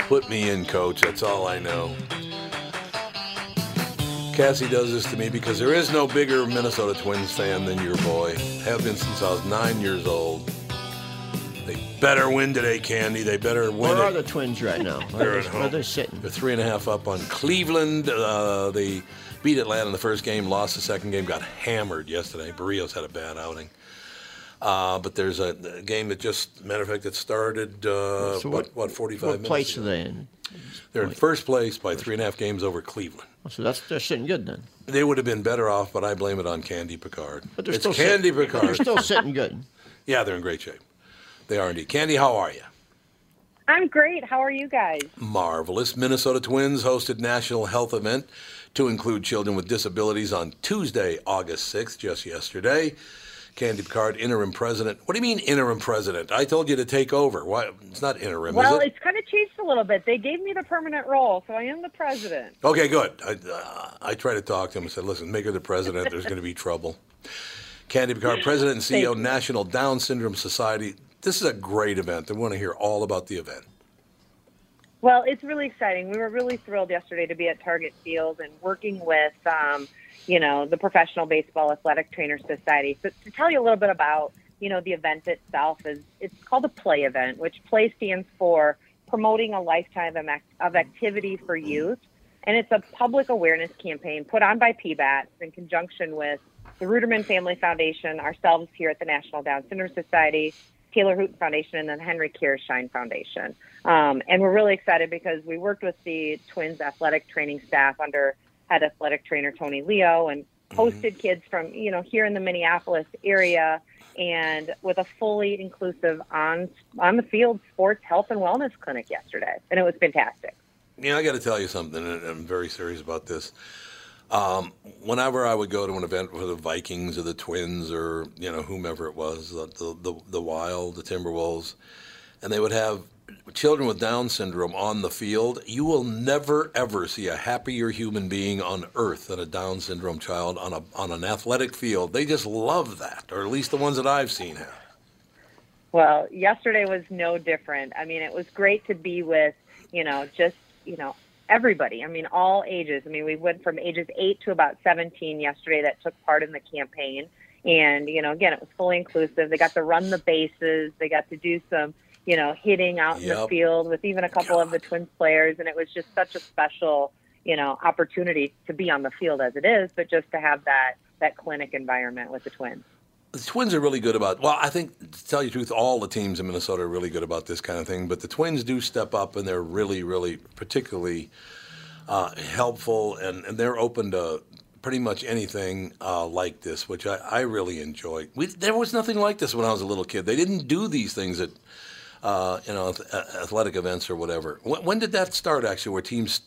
B: Put me in, coach. That's all I know. Cassie does this to me because there is no bigger Minnesota Twins fan than your boy. Have been since I was nine years old. They better win today, Candy. They better win.
E: Where
B: it.
E: are the twins right now?
B: They're
E: Where
B: at
E: they-
B: home.
E: where they're sitting?
B: They're three and a half up on Cleveland. Uh, they beat Atlanta in the first game, lost the second game, got hammered yesterday. Barrios had a bad outing. Uh, but there's a, a game that just, matter of fact, it started uh,
E: So
B: what,
E: what-
B: what 45
E: what
B: minutes.
E: place
B: ago.
E: are they in?
B: They're in first place by three and a half games over Cleveland.
E: So that's they're sitting good then.
B: They would have been better off, but I blame it on Candy Picard.
E: But they're
B: it's
E: still
B: Candy
E: sitting,
B: Picard.
E: They're still sitting good.
B: yeah, they're in great shape. They are indeed. Candy, how are you?
O: I'm great. How are you guys?
B: Marvelous. Minnesota Twins hosted national health event to include children with disabilities on Tuesday, August 6th, just yesterday. Candy Picard, interim president. What do you mean interim president? I told you to take over. Why? It's not interim,
O: well,
B: is it?
O: it's kind of changed a little bit. They gave me the permanent role, so I am the president.
B: Okay, good. I, uh, I tried to talk to him and said, listen, make her the president. There's going to be trouble. Candy Picard, president and CEO,
O: Thank you.
B: National Down Syndrome Society. This is a great event. I want to hear all about the event.
O: Well, it's really exciting. We were really thrilled yesterday to be at Target Field and working with, um, you know, the Professional Baseball Athletic Trainers Society. So to tell you a little bit about, you know, the event itself is it's called a play event, which play stands for promoting a lifetime of, act- of activity for youth, and it's a public awareness campaign put on by PBATS in conjunction with the Ruderman Family Foundation, ourselves here at the National Down Syndrome Society, Taylor Hoot Foundation, and then Henry Kiershine Foundation. Um, and we're really excited because we worked with the Twins athletic training staff under head athletic trainer Tony Leo and hosted kids from, you know, here in the Minneapolis area and with a fully inclusive on on the field sports health and wellness clinic yesterday. And it was fantastic.
B: Yeah, I got to tell you something, and I'm very serious about this. Um, whenever I would go to an event with the Vikings or the Twins or you know whomever it was, the the, the, the Wild, the Timberwolves, and they would have children with Down syndrome on the field, you will never ever see a happier human being on earth than a Down syndrome child on a on an athletic field. They just love that, or at least the ones that I've seen have.
O: Well, yesterday was no different. I mean, it was great to be with, you know, just, you know, everybody. I mean, all ages. I mean, we went from ages 8 to about 17 yesterday that took part in the campaign. And, you know, again, it was fully inclusive. They got to run the bases, they got to do some, you know, hitting out in the
Q: Yep.
O: field with even a couple of the Twins players. And it was just such a special, you know, opportunity to be on the field as it is, but just to have that, that clinic environment with the Twins.
B: the Twins are really good about. Well, I think to tell you the truth, all the teams in Minnesota are really good about this kind of thing. But the Twins do step up, and they're really, really particularly uh, helpful, and, and they're open to pretty much anything uh, like this, which I, I really enjoy. We, there was nothing like this when I was a little kid. They didn't do these things at uh, you know ath- athletic events or whatever. When, when did that start? Actually, where teams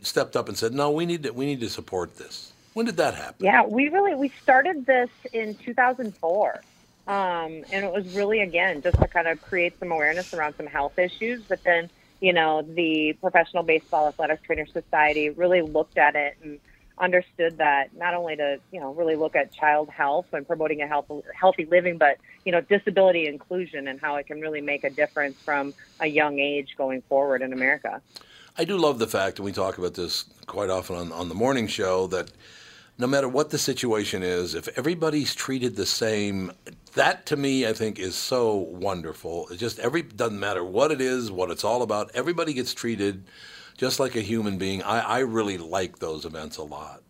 B: stepped up and said, "No, we need to, we need to support this." When did that happen?
O: Yeah, we really we started this in 2004, um, and it was really again just to kind of create some awareness around some health issues. But then, you know, the Professional Baseball Athletic Trainer Society really looked at it and understood that not only to you know really look at child health and promoting a health, healthy living, but you know disability inclusion and how it can really make a difference from a young age going forward in America.
B: I do love the fact, and we talk about this quite often on, on the morning show, that no matter what the situation is, if everybody's treated the same, that to me, I think, is so wonderful. It just every doesn't matter what it is, what it's all about. Everybody gets treated just like a human being. I, I really like those events a lot.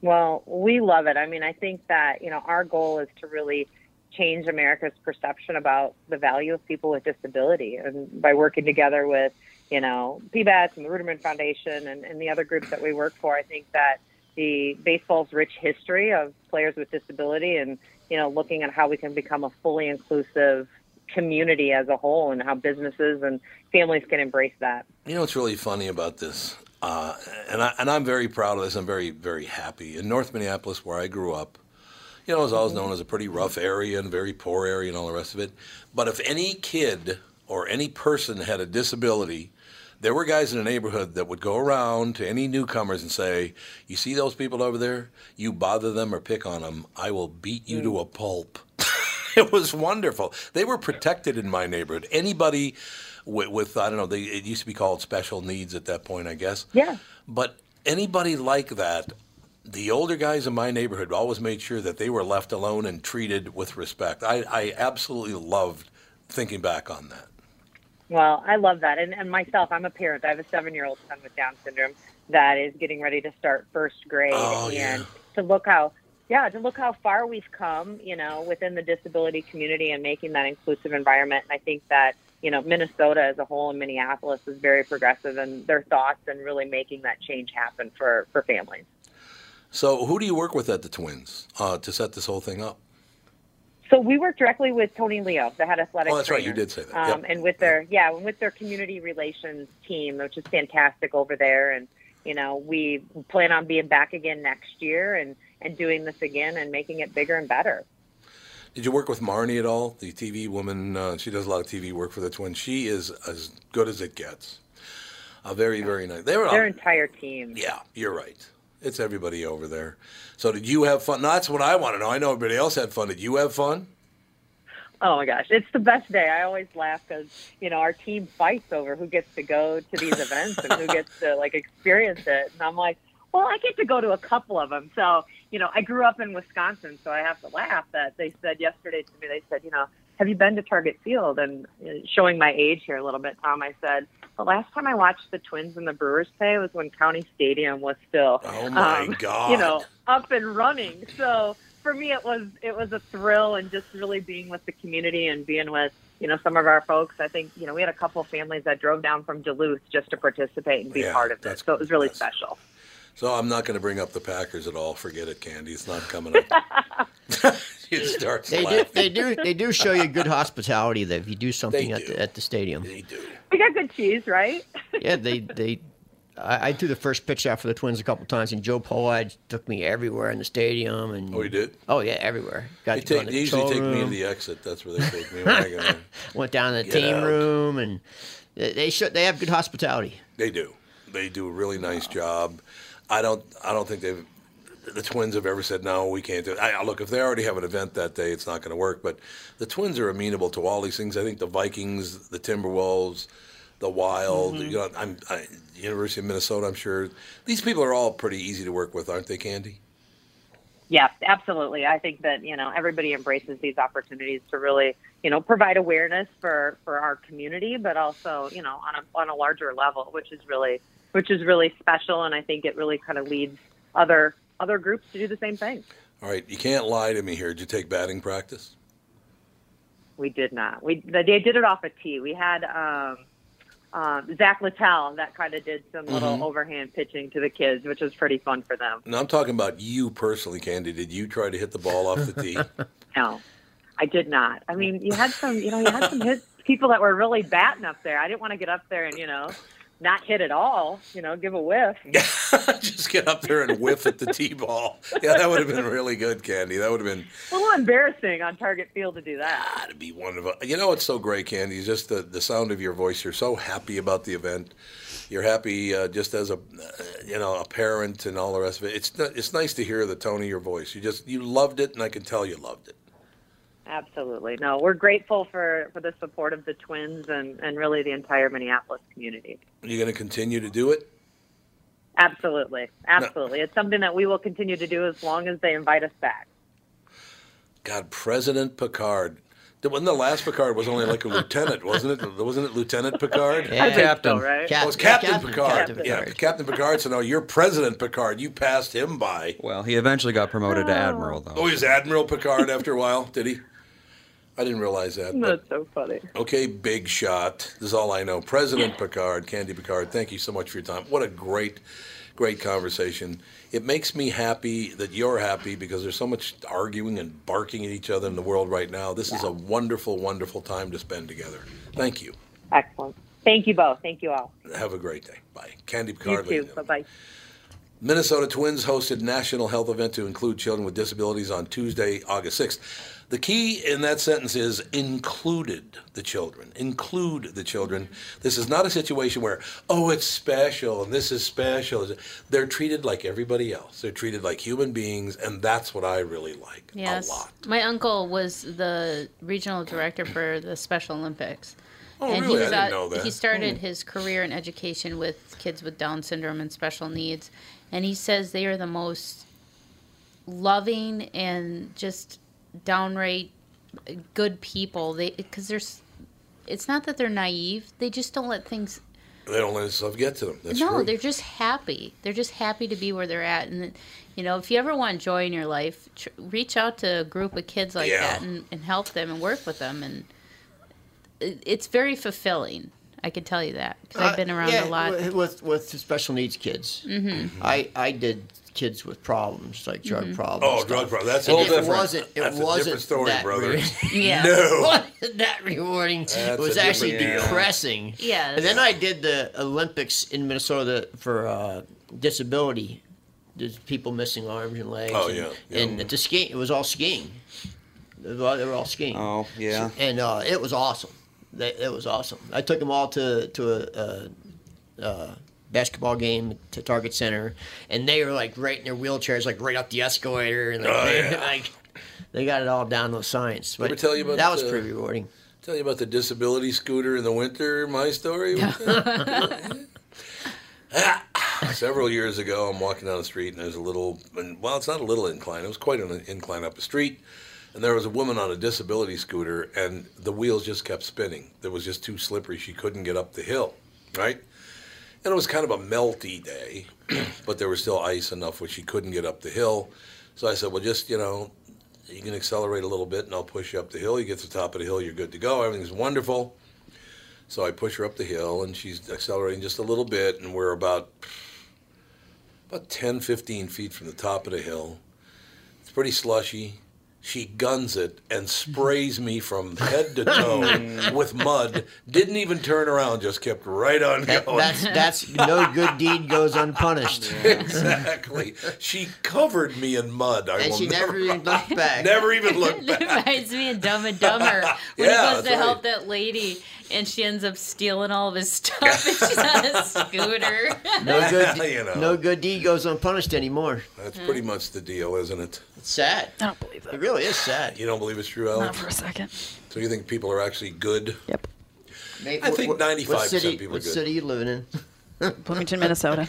O: Well, we love it. I mean, I think that, you know, our goal is to really change America's perception about the value of people with disability and by working together with, you know, PBATS and the Ruderman Foundation and, and the other groups that we work for. I think that the baseball's rich history of players with disability and, you know, looking at how we can become a fully inclusive community as a whole and how businesses and families can embrace that.
B: You know what's really funny about this, uh, and I, and I'm very proud of this. I'm very very happy in North Minneapolis where I grew up. You know, it was always known as a pretty rough area and very poor area and all the rest of it. But if any kid or any person had a disability, there were guys in the neighborhood that would go around to any newcomers and say, "You see those people over there? You bother them or pick on them, I will beat you to a pulp." it was wonderful. They were protected in my neighborhood. Anybody with, with I don't know, they, it used to be called special needs at that point, I guess.
O: Yeah.
B: But anybody like that, the older guys in my neighborhood always made sure that they were left alone and treated with respect. I, I absolutely loved thinking back on that.
O: Well, I love that. And, and myself, I'm a parent. I have a seven year old son with Down syndrome that is getting ready to start first grade.
R: Oh,
O: and
R: yeah.
O: to look how, yeah, to look how far we've come, you know, within the disability community and making that inclusive environment. And I think that, you know, Minnesota as a whole and Minneapolis is very progressive in their thoughts and really making that change happen for, for families.
B: So, who do you work with at the Twins uh, to set this whole thing up?
O: So we work directly with Tony Leo, the head athletic.
B: Oh, that's right. You
O: trainer.
B: did say that.
O: Um,
B: Yep.
O: And with their yeah, and with their community relations team, which is fantastic over there. And you know, we plan on being back again next year and and doing this again and making it bigger and better.
B: Did you work with Marnie at all? The TV woman, uh, she does a lot of TV work for the Twins. She is as good as it gets. A very, very nice. They were
O: Their entire team.
B: Yeah, you're right. It's everybody over there. So did you have fun? No, that's what I want to know. I know everybody else had fun. Did you have fun?
O: Oh my gosh, it's the best day. I always laugh because you know our team fights over who gets to go to these events and who gets to like experience it. And I'm like, well, I get to go to a couple of them. So you know, I grew up in Wisconsin, so I have to laugh that they said yesterday to me. They said, you know, have you been to Target Field? And uh, showing my age here a little bit, Tom, I said the last time I watched the Twins and the Brewers play was when County Stadium was still, um,
B: oh my God.
O: you know, up and running. So for me, it was it was a thrill and just really being with the community and being with you know some of our folks. I think you know we had a couple of families that drove down from Duluth just to participate and be
B: Yeah,
O: part of it.
B: that's-
O: So it was really special.
B: So I'm not going to bring up the Packers at all. Forget it, Candy. It's not coming up. it starts
E: They do,
B: laughing.
E: they do, they do show you good hospitality though. If you do something
B: They
E: at the at the stadium, they
B: do.
O: We got good cheese, right?
E: Yeah, they they. I, I threw the first pitch out for the Twins a couple times, and Joe Polad took me everywhere in the stadium. And
B: Oh, he did?
E: Oh yeah, everywhere. Got
B: They,
E: to go in
B: take,
E: the
B: they usually
E: control
B: take me to
E: room.
B: the exit. That's where they take me. When I go in.
E: Went down to the
B: Get
E: team
B: out.
E: room, and they, they should they have good hospitality.
B: They do. They do a really nice job. I don't. I don't think they've. The Twins have ever said no, we can't do it. I, I- look, if they already have an event that day, it's not going to work. But the Twins are amenable to all these things. I think the Vikings, the Timberwolves, the Wild,
S: Mhm.
B: you know, I'm, I, University of Minnesota. I'm sure these people are all pretty easy to work with, aren't they, Candy?
O: Yeah, absolutely. I think that you know everybody embraces these opportunities to really you know provide awareness for for our community, but also you know on a on a larger level, which is really which is really special. And I think it really kind of leads other other groups to do the same thing.
B: All right, you can't lie to me here. Did you take batting practice?
O: We did not. We they did it off a tee. We had um, um, Zach Littell that kind of did some
B: Mhm.
O: little overhand pitching to the kids, which was pretty fun for them.
B: No, I'm talking about you personally, Candy. Did you try to hit the ball off the tee?
O: No, I did not. I mean, you had some, you know, you had some hit people that were really batting up there. I didn't want to get up there and you know, not hit at all. You know, give a whiff.
B: Just get up there and whiff at the tee ball. Yeah, that would have been really good, Candy. That would have been
O: A little embarrassing on target field to do that.
B: to be one of a, you know what's so great candy is just the, the sound of your voice you're so happy about the event you're happy uh, just as a uh, you know a parent and all the rest of it it's n- it's nice to hear the tone of your voice you just you loved it and i can tell you loved it
O: Absolutely. No, we're grateful for for the support of the twins and and really the entire Minneapolis community.
B: you're going to continue to do it
O: Absolutely. Absolutely. It's something that we will continue to do as long as they invite us back.
B: god president picard Wasn't the last Picard was only like a lieutenant, wasn't it? Wasn't it Lieutenant Picard?
C: Yeah. I think so, Captain. right?
B: Oh, it was
C: Captain.
B: Captain,
C: Captain
B: Picard.
C: Picard.
B: yeah, Captain Picard. So now you're President Picard. You passed him by.
C: Well, he eventually got promoted to admiral, though.
B: Oh, he was Admiral Picard after a while, did he? I didn't realize that. but-
O: That's so funny.
B: Okay, big shot. This is all I know. President Picard, Candy Picard, thank you so much for your time. What a great, great conversation. It makes me happy that you're happy because there's so much arguing and barking at each other in the world right now. This is a wonderful, wonderful time to spend together. Thank you.
O: Excellent. Thank you both. Thank you all.
B: Have a great day. Bye. Candy
O: You
B: Picard.
O: too. Bye bye.
B: Minnesota Twins hosted national health event to include children with disabilities on Tuesday, August 6th. The key in that sentence is included the children. Include the children. This is not a situation where, oh, it's special and this is special. They're treated like everybody else. They're treated like human beings, and that's what I really like.
G: Yes. My uncle was the regional director for the Special Olympics.
B: Oh, really? I didn't
G: out-
B: know that.
G: He started
B: Hmm.
G: his career in education with kids with Down syndrome and special needs. And he says they are the most loving and just downright good people. They Because there's, it's not that they're naive, they just don't let things
B: They don't let stuff get to them. That's
G: no,
B: true.
G: they're just happy. They're just happy to be where they're at. And, you know, if you ever want joy in your life, tr- reach out to a group of kids like
B: Yeah.
G: that and, and help them and work with them. And it, it's very fulfilling. I can tell you that because I've been
E: Uh,
G: around
E: yeah,
G: a lot.
E: wi- with with special needs kids.
G: Mhm.
E: I I did kids with problems like drug
G: Mm-hmm.
B: Mhm.
E: problems.
B: Oh,
E: stuff.
B: drug problem. That's a
E: And
B: whole
E: it
B: different-
E: wasn't. It
B: that's a
E: wasn't
B: different story,
E: that
B: brother.
E: rewarding.
B: Yeah. No.
E: wasn't that rewarding.
B: That's
E: it was
B: a different
E: actually
B: deal.
E: depressing.
G: Yeah,
E: And then I did the Olympics in Minnesota for uh, disability. There's people missing arms and legs.
C: Oh,
E: and,
C: yeah, yeah.
E: And at the ski, it was all skiing. They were all- they were all skiing.
C: Oh, yeah.
E: So- and uh, it was awesome. They, it was awesome. I took them all to to a, a, a basketball game to Target Center, and they were like right in their wheelchairs, like right up the escalator, and like,
B: Oh,
E: they,
B: yeah.
E: like they got it all down with science.
B: Ever
E: But
B: tell you about
E: that was
B: uh,
E: pretty rewarding.
B: Tell you about the disability scooter in the winter, my story? Ah, Several years ago, I'm walking down the street and there's a little, and- well, it's not a little incline, it was quite an incline up a street. And there was a woman on a disability scooter and the wheels just kept spinning. It was just too slippery. She couldn't get up the hill, right? And it was kind of a melty day, but there was still ice enough where she couldn't get up the hill. So I said, well, just, you know, you can accelerate a little bit and I'll push you up the hill. You get to the top of the hill, you're good to go. Everything's wonderful. So I push her up the hill and she's accelerating just a little bit and we're about about 10, 15 feet from the top of the hill. It's pretty slushy. She guns it and sprays me from head to toe with mud. Didn't even turn around, just kept right on
E: That-
B: going.
E: that's that's no good deed goes unpunished.
B: exactly. She covered me in mud. I
E: And
B: will
E: she
B: never,
E: never even looked back.
B: never even looked
G: it reminds me of Dumb and Dumber when
B: Yeah,
G: he goes
B: that's
G: to
B: right.
G: help that lady and she ends up stealing all of his stuff and she's on a scooter.
E: No good, de-
B: You know.
E: no good deed goes unpunished anymore.
B: That's pretty much the deal, isn't it?
E: It's sad. I don't believe that. It really is sad.
B: You don't believe it's true, Ellen?
E: Not for a second.
B: So you think people are actually good? Yep.
E: Nate,
B: I
E: wh-
B: think
E: wh- what
B: 95%
E: city-
B: people are
E: What
B: good.
E: city you living in?
F: Bloomington, Minnesota.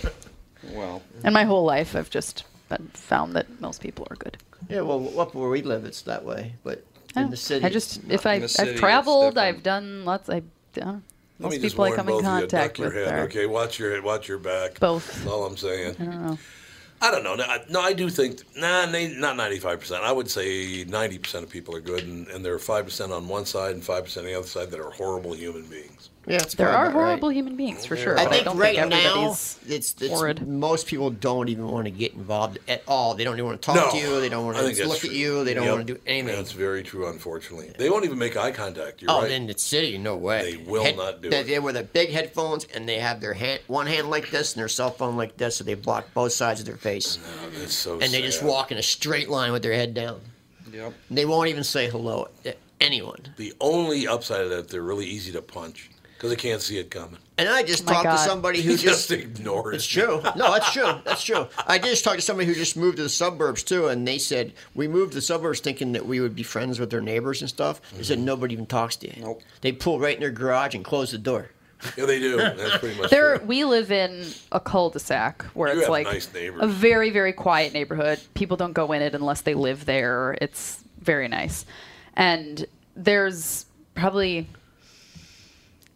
C: Well,
F: And my whole life, I've just been found that most people are good.
E: yeah. Well, up where we live, it's that way, but in the city,
F: Oh, I just, if
E: it's not.
F: I, I've traveled, I've done lots. I, uh,
B: Let me
F: most
B: just
F: people I
B: warn
F: come
B: both
F: in
B: of you, duck
F: contact
B: your
F: with
B: head,
F: are.
B: okay? Watch your head, watch your back.
F: Both.
B: That's all I'm saying.
F: I don't know.
B: I don't know. No, I, no, I do think, nah, na- not 95%. I would say 90% of people are good, and, and there are 5% on one side and 5% on the other side that are horrible human beings.
E: Yeah, it's
F: There
E: probably
F: are
E: about right.
F: horrible human beings for sure.
E: I
F: but
E: think
F: don't
E: right
F: think
E: now,
F: everybody's
E: it's, it's
F: horrid.
E: most people don't even want to get involved at all. They don't even want to talk
B: No,
E: to you. They don't want
B: I think
E: to
B: that's
E: look
B: true.
E: at you. They don't
B: Yep.
E: want to do anything.
B: That's very true, unfortunately. They won't even make eye contact. You're
E: oh,
B: right.
E: in the city, no way.
B: They will not do
E: they,
B: it.
E: They wear the big headphones and they have their hand, one hand like this and their cell phone like this, so they block both sides of their face.
B: That's so
E: and they just
B: sad.
E: walk in a straight line with their head down.
C: Yep.
E: And they won't even say hello to anyone.
B: The only upside of that, they're really easy to punch because they can't see it coming.
E: And I just
B: Oh my
E: talked to
B: God.
E: somebody who
B: Just ignore it.
E: It's true. No, that's true. That's true. I just talked to somebody who just moved to the suburbs too, and they said we moved to the suburbs thinking that we would be friends with their neighbors and stuff. They
B: Mm-hmm.
E: said nobody even talks to you. Nope. They pull right in their garage and close the door.
B: Yeah, they do. That's pretty much
F: There, we live in a cul-de-sac where
E: You
F: it's
E: have
F: like
E: nice neighbors.
F: a very, very quiet neighborhood. People don't go in it unless they live there. It's very nice, and there's probably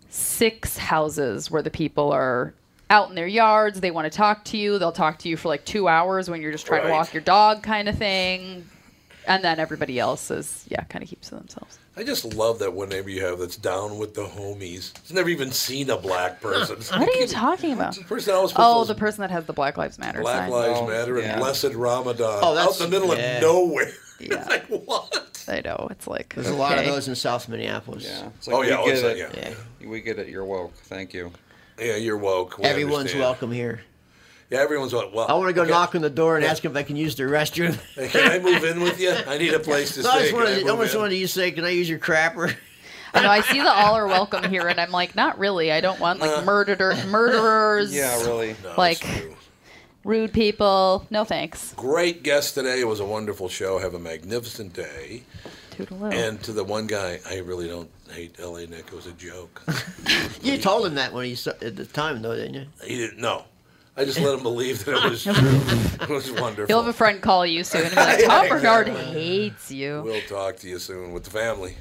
F: six houses where the people are out in their yards. They want to talk to you. They'll talk to you for like two hours when you're just trying to
B: Right.
F: walk your dog, kind of thing. And then everybody else is, yeah, kind of keeps to themselves.
B: I just love that one neighbor you have that's down with the homies. It's never even seen a black person. It's
F: What
B: like,
F: are you talking about?
B: person I was supposed
F: oh,
B: to-
F: the person that has the Black Lives Matter
B: Black
F: sign.
B: Lives Matter and Blessed Ramadan.
E: Oh,
B: out
E: that's-
B: in the middle
E: yeah.
B: of nowhere.
F: Yeah.
B: like, what?
F: I know. It's like
E: There's a lot of
F: okay.
E: those in South Minneapolis.
C: Yeah. It's
B: Oh,
C: we
B: yeah, oh,
C: get
B: it's
C: it.
B: like- yeah,
C: We get it. You're woke. Thank you.
B: Yeah, you're woke. We
E: Everyone's
B: understand.
E: welcome here.
B: Yeah, everyone's welcome. Well,
E: I want to go
B: okay.
E: knock on the door and ask if I can use the restroom.
B: Hey, can I move in with you? I need a place to
E: No, I
B: stay.
E: just
B: Can
E: wanted,
B: I
E: to-
B: move
E: I almost
B: in?
E: wanted you to say, "Can I use your crapper?"
F: I know. I see the all are welcome here, and I'm like, not really. I don't want
E: Uh.
F: like murderer, murderers.
B: Yeah, really. No, that's
F: like rude people. No thanks.
B: Great guest today. It was a wonderful show. Have a magnificent day.
F: Toodaloo.
B: And to the one guy, I really don't hate LA Nick. It was a joke.
E: You told him that when he saw, at the time, though, didn't you?
B: He didn't know. I just let him believe that it was true. It was
F: You'll
B: wonderful.
E: "Oh,
F: have a friend call you soon and be like, Tom
B: Yeah,
F: Bernard
B: exactly.
F: hates you.
B: We'll talk to you soon with the family.